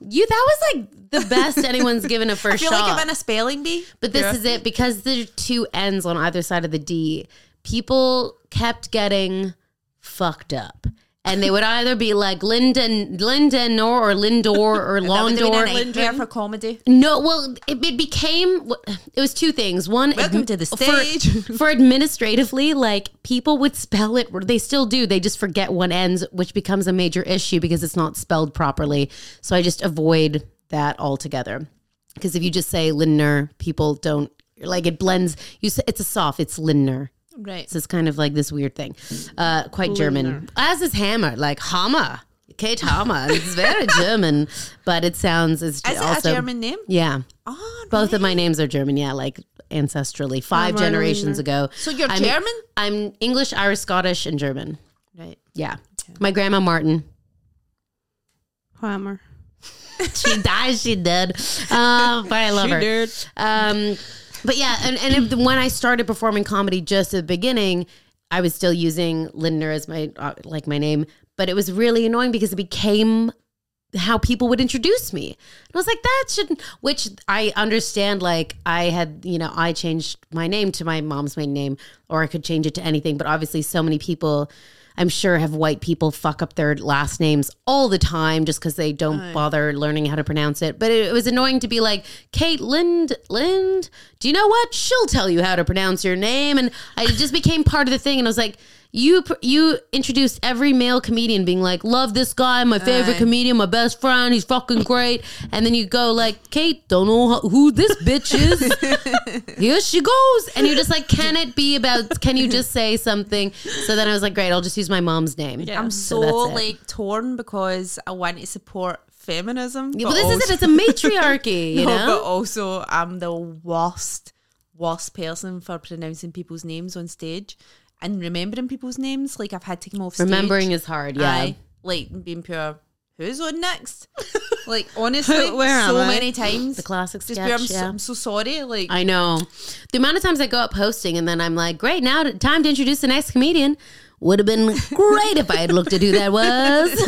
You that was like the best anyone's given a first I feel shot. like I'm in a spelling bee. But this is it because there are two ends on either side of the D. People kept getting fucked up. And they would either be like Linda, Linda Nor or Lindor or Londor. That would have been a nightmare for comedy. No, well, it, it became it was two things. One, Welcome to the for- stage. For, administratively, like people would spell it. They still do. They just forget one ends, which becomes a major issue because it's not spelled properly. So I just avoid that altogether. Because if you just say Lindner, people don't like it. Blends. You say it's a soft. It's Lindner. Right. So it's kind of like this weird thing, uh, quite German. As is hammer, like hammer. Kate Hammer. It's very German, but it sounds it's Is also it a German name? yeah. Oh, Both of my names are German, yeah, like ancestrally, five generations ago. So you're I'm, German? I'm English, Irish, Scottish, and German. Right. Yeah. My grandma Martin. Hammer. She died, she did. Uh, but I love her. Dude. Um, but yeah, and, and if, when I started performing comedy just at the beginning, I was still using Lindner as my uh, like my name, but it was really annoying because it became how people would introduce me. And I was like, that shouldn't. Which I understand. Like I had, you know, I changed my name to my mom's maiden name, or I could change it to anything. But obviously, so many people. I'm sure have white people fuck up their last names all the time just because they don't bother learning how to pronounce it. But it, it was annoying to be like, Kate Lind, Lind, do you know what? She'll tell you how to pronounce your name. And I it just became part of the thing. And I was like, you pr- you introduced every male comedian being like, love this guy, my favorite comedian, my best friend, he's fucking great. And then you go like, Kate, don't know ho- who this bitch is here she goes. And you're just like, can it be about, can you just say something? So then I was like, great, I'll just use my mom's name. I'm so, that's it. like torn because I want to support feminism. but Yeah, well, this also, is it. It's a matriarchy, you No, know? Oh, but also I'm the worst, worst person for pronouncing people's names on stage and remembering people's names. Like I've had to come off stage. Remembering is hard, yeah. Aye. like being pure. Who's on next? like honestly, Where am so I? many times. The classic Just pure, I'm, sketch, so, yeah. I'm so sorry. Like I know. The amount of times I go up hosting and then I'm like, great, now t- time to introduce the next comedian. Would have been great if I had looked at who that was. it's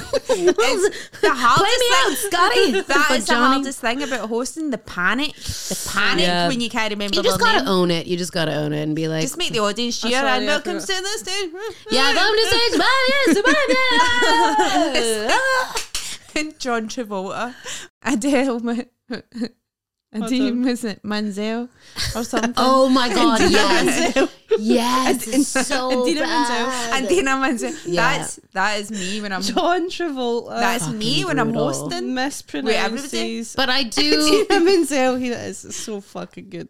the hardest thing, Play me out, Scotty. That Or is the Johnny. hardest thing about hosting the panic. The panic Yeah. when you can't remember. You just their gotta name. own it. You just gotta own it and be like, Just make the audience cheer sorry, and I welcome to forgot. the stage. yeah, I'm just saying, yes, and John Travolta, Adele, Ma- Adele Manz- Manzel, or something. Oh my god, yes. Manzel. Yes, it's so Adina Manzel. bad. Adina Manzel. Yeah. That's that is me when I'm. John Travolta. That's me when I'm brutal. hosting. mispronounces. But I do. Menzel, he that is so fucking good.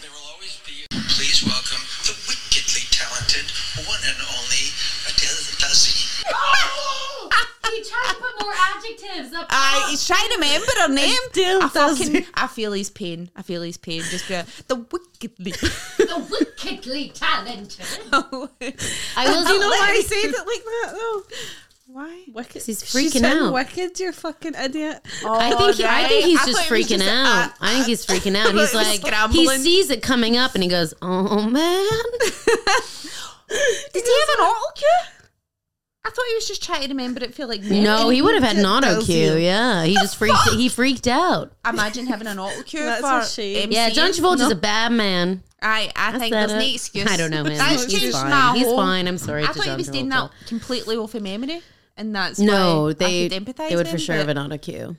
There will always be. Please welcome the wickedly talented one and only Adele Dazeem. he tried to put more adjectives up. I he's trying to remember her name. Adele I fucking. Dazeem. I feel his pain. I feel his pain. Just be like, the wickedly. the wickedly talented. I will Do you know why I say said it like that though? Why? Wicked. She's He's freaking saying out. Oh, wicked, you fucking idiot. I think he, I think he's Oh, I just thought it was freaking just a- out. uh, I think he's freaking out. He's it was like he scrambling. sees it coming up and he goes, "Oh man." Did he have an auto cue? I thought he was just trying to remember it. Feel like me. No, he would have had an auto tells you. cue. Yeah, he just freaked. He freaked out. Imagine having an auto cue That's for a shame. Yeah, MCs. John Travolta's a bad man. I, I think that there's it? no excuse. I don't know, man. That's He's changed fine. my He's whole- fine. I'm sorry I to thought he John was doing Travolta. that completely off of memory, and that's No, why they I could empathize they would then, for sure but- have an auto cue.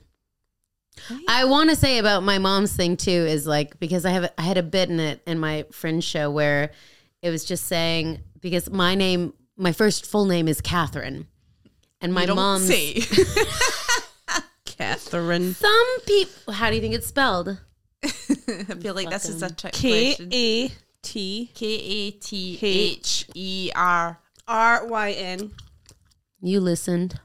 I want to say about my mom's thing too is like because I have I had a bit in it in my friend's show where it was just saying because my name my first full name is Catherine and my You don't mom's say. Catherine. some people how do you think it's spelled I feel like this is a trick K question. A T K A T H E R. R Y N. you listened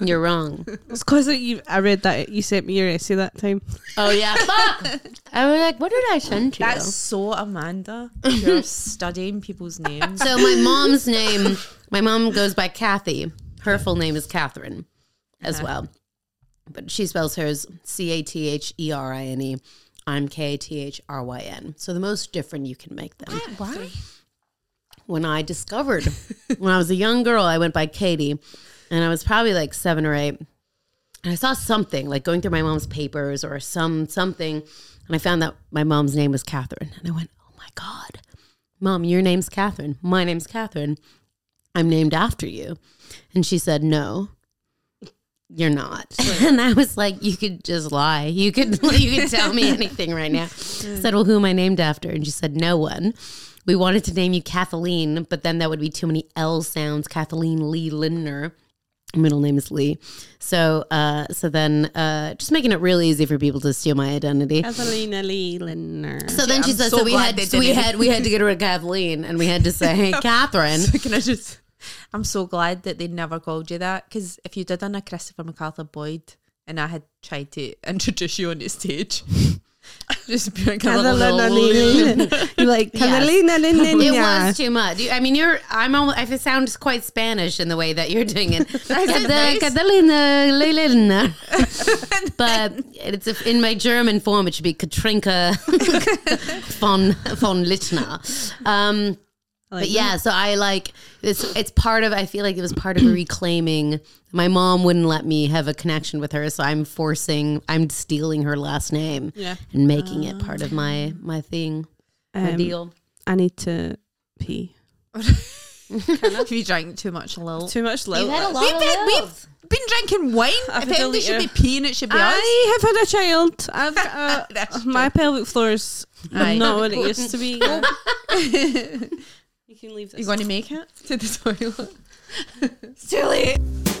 you're wrong It's because you. I read that you sent me your essay that time. oh yeah fuck I was like what did I send you That's so Amanda. You're studying people's names. So my mom's name, my mom goes by Kathy. Her full name is Catherine as well. But she spells hers C A T H E R I N E. I'm K T H R Y N. So the most different you can make them. Why? When I discovered when I was a young girl, I went by Katie and I was probably like seven or eight. And And I saw something like going through my mom's papers or some something, and I found that my mom's name was Catherine. And I went, "Oh my god, mom, your name's Catherine. My name's Catherine. I'm named after you." And she said, "No." You're not, and I was like, "You could just lie. You could, you could tell me anything right now." I said, "Well, who am I named after?" And she said, "No one." We wanted to name you Kathleen, but then that would be too many L sounds. Kathleen Lee Lindner. My middle name is Lee. So uh, so then uh, just making it really easy for people to steal my identity. Evelina Lee Lindner. So then she says, so, we glad had they so we did it. had we had to get rid of Kathleen, and we had to say hey, Catherine. Can I just? I'm so glad that they never called you that because if you did on a Christopher MacArthur Boyd and I had tried to introduce you on the stage, just be like a little- Catalina Lindner. You're like, Catalina It Lindner. was too much. You- I mean, you're. I'm. Almost, I sound quite Spanish in the way that you're doing it. Cada- Catalina Lelena. but it's a, in my German form. It should be Katrinka von von Littner. Um, but yeah, so I like it's it's part of I feel like it was part of reclaiming. My mom wouldn't let me have a connection with her, so I'm forcing I'm stealing her last name Yeah. and making it part of my my thing, Um, my deal. I need to pee. If you drank too much lil. Too much lil. We've, been, we've been drinking wine. I've if had a anybody should be liter. peeing, it should be us. I have had a child. I've uh, my pelvic floor is Aye. not what it used to be. you can leave this. You going to make it to the toilet? It's too late.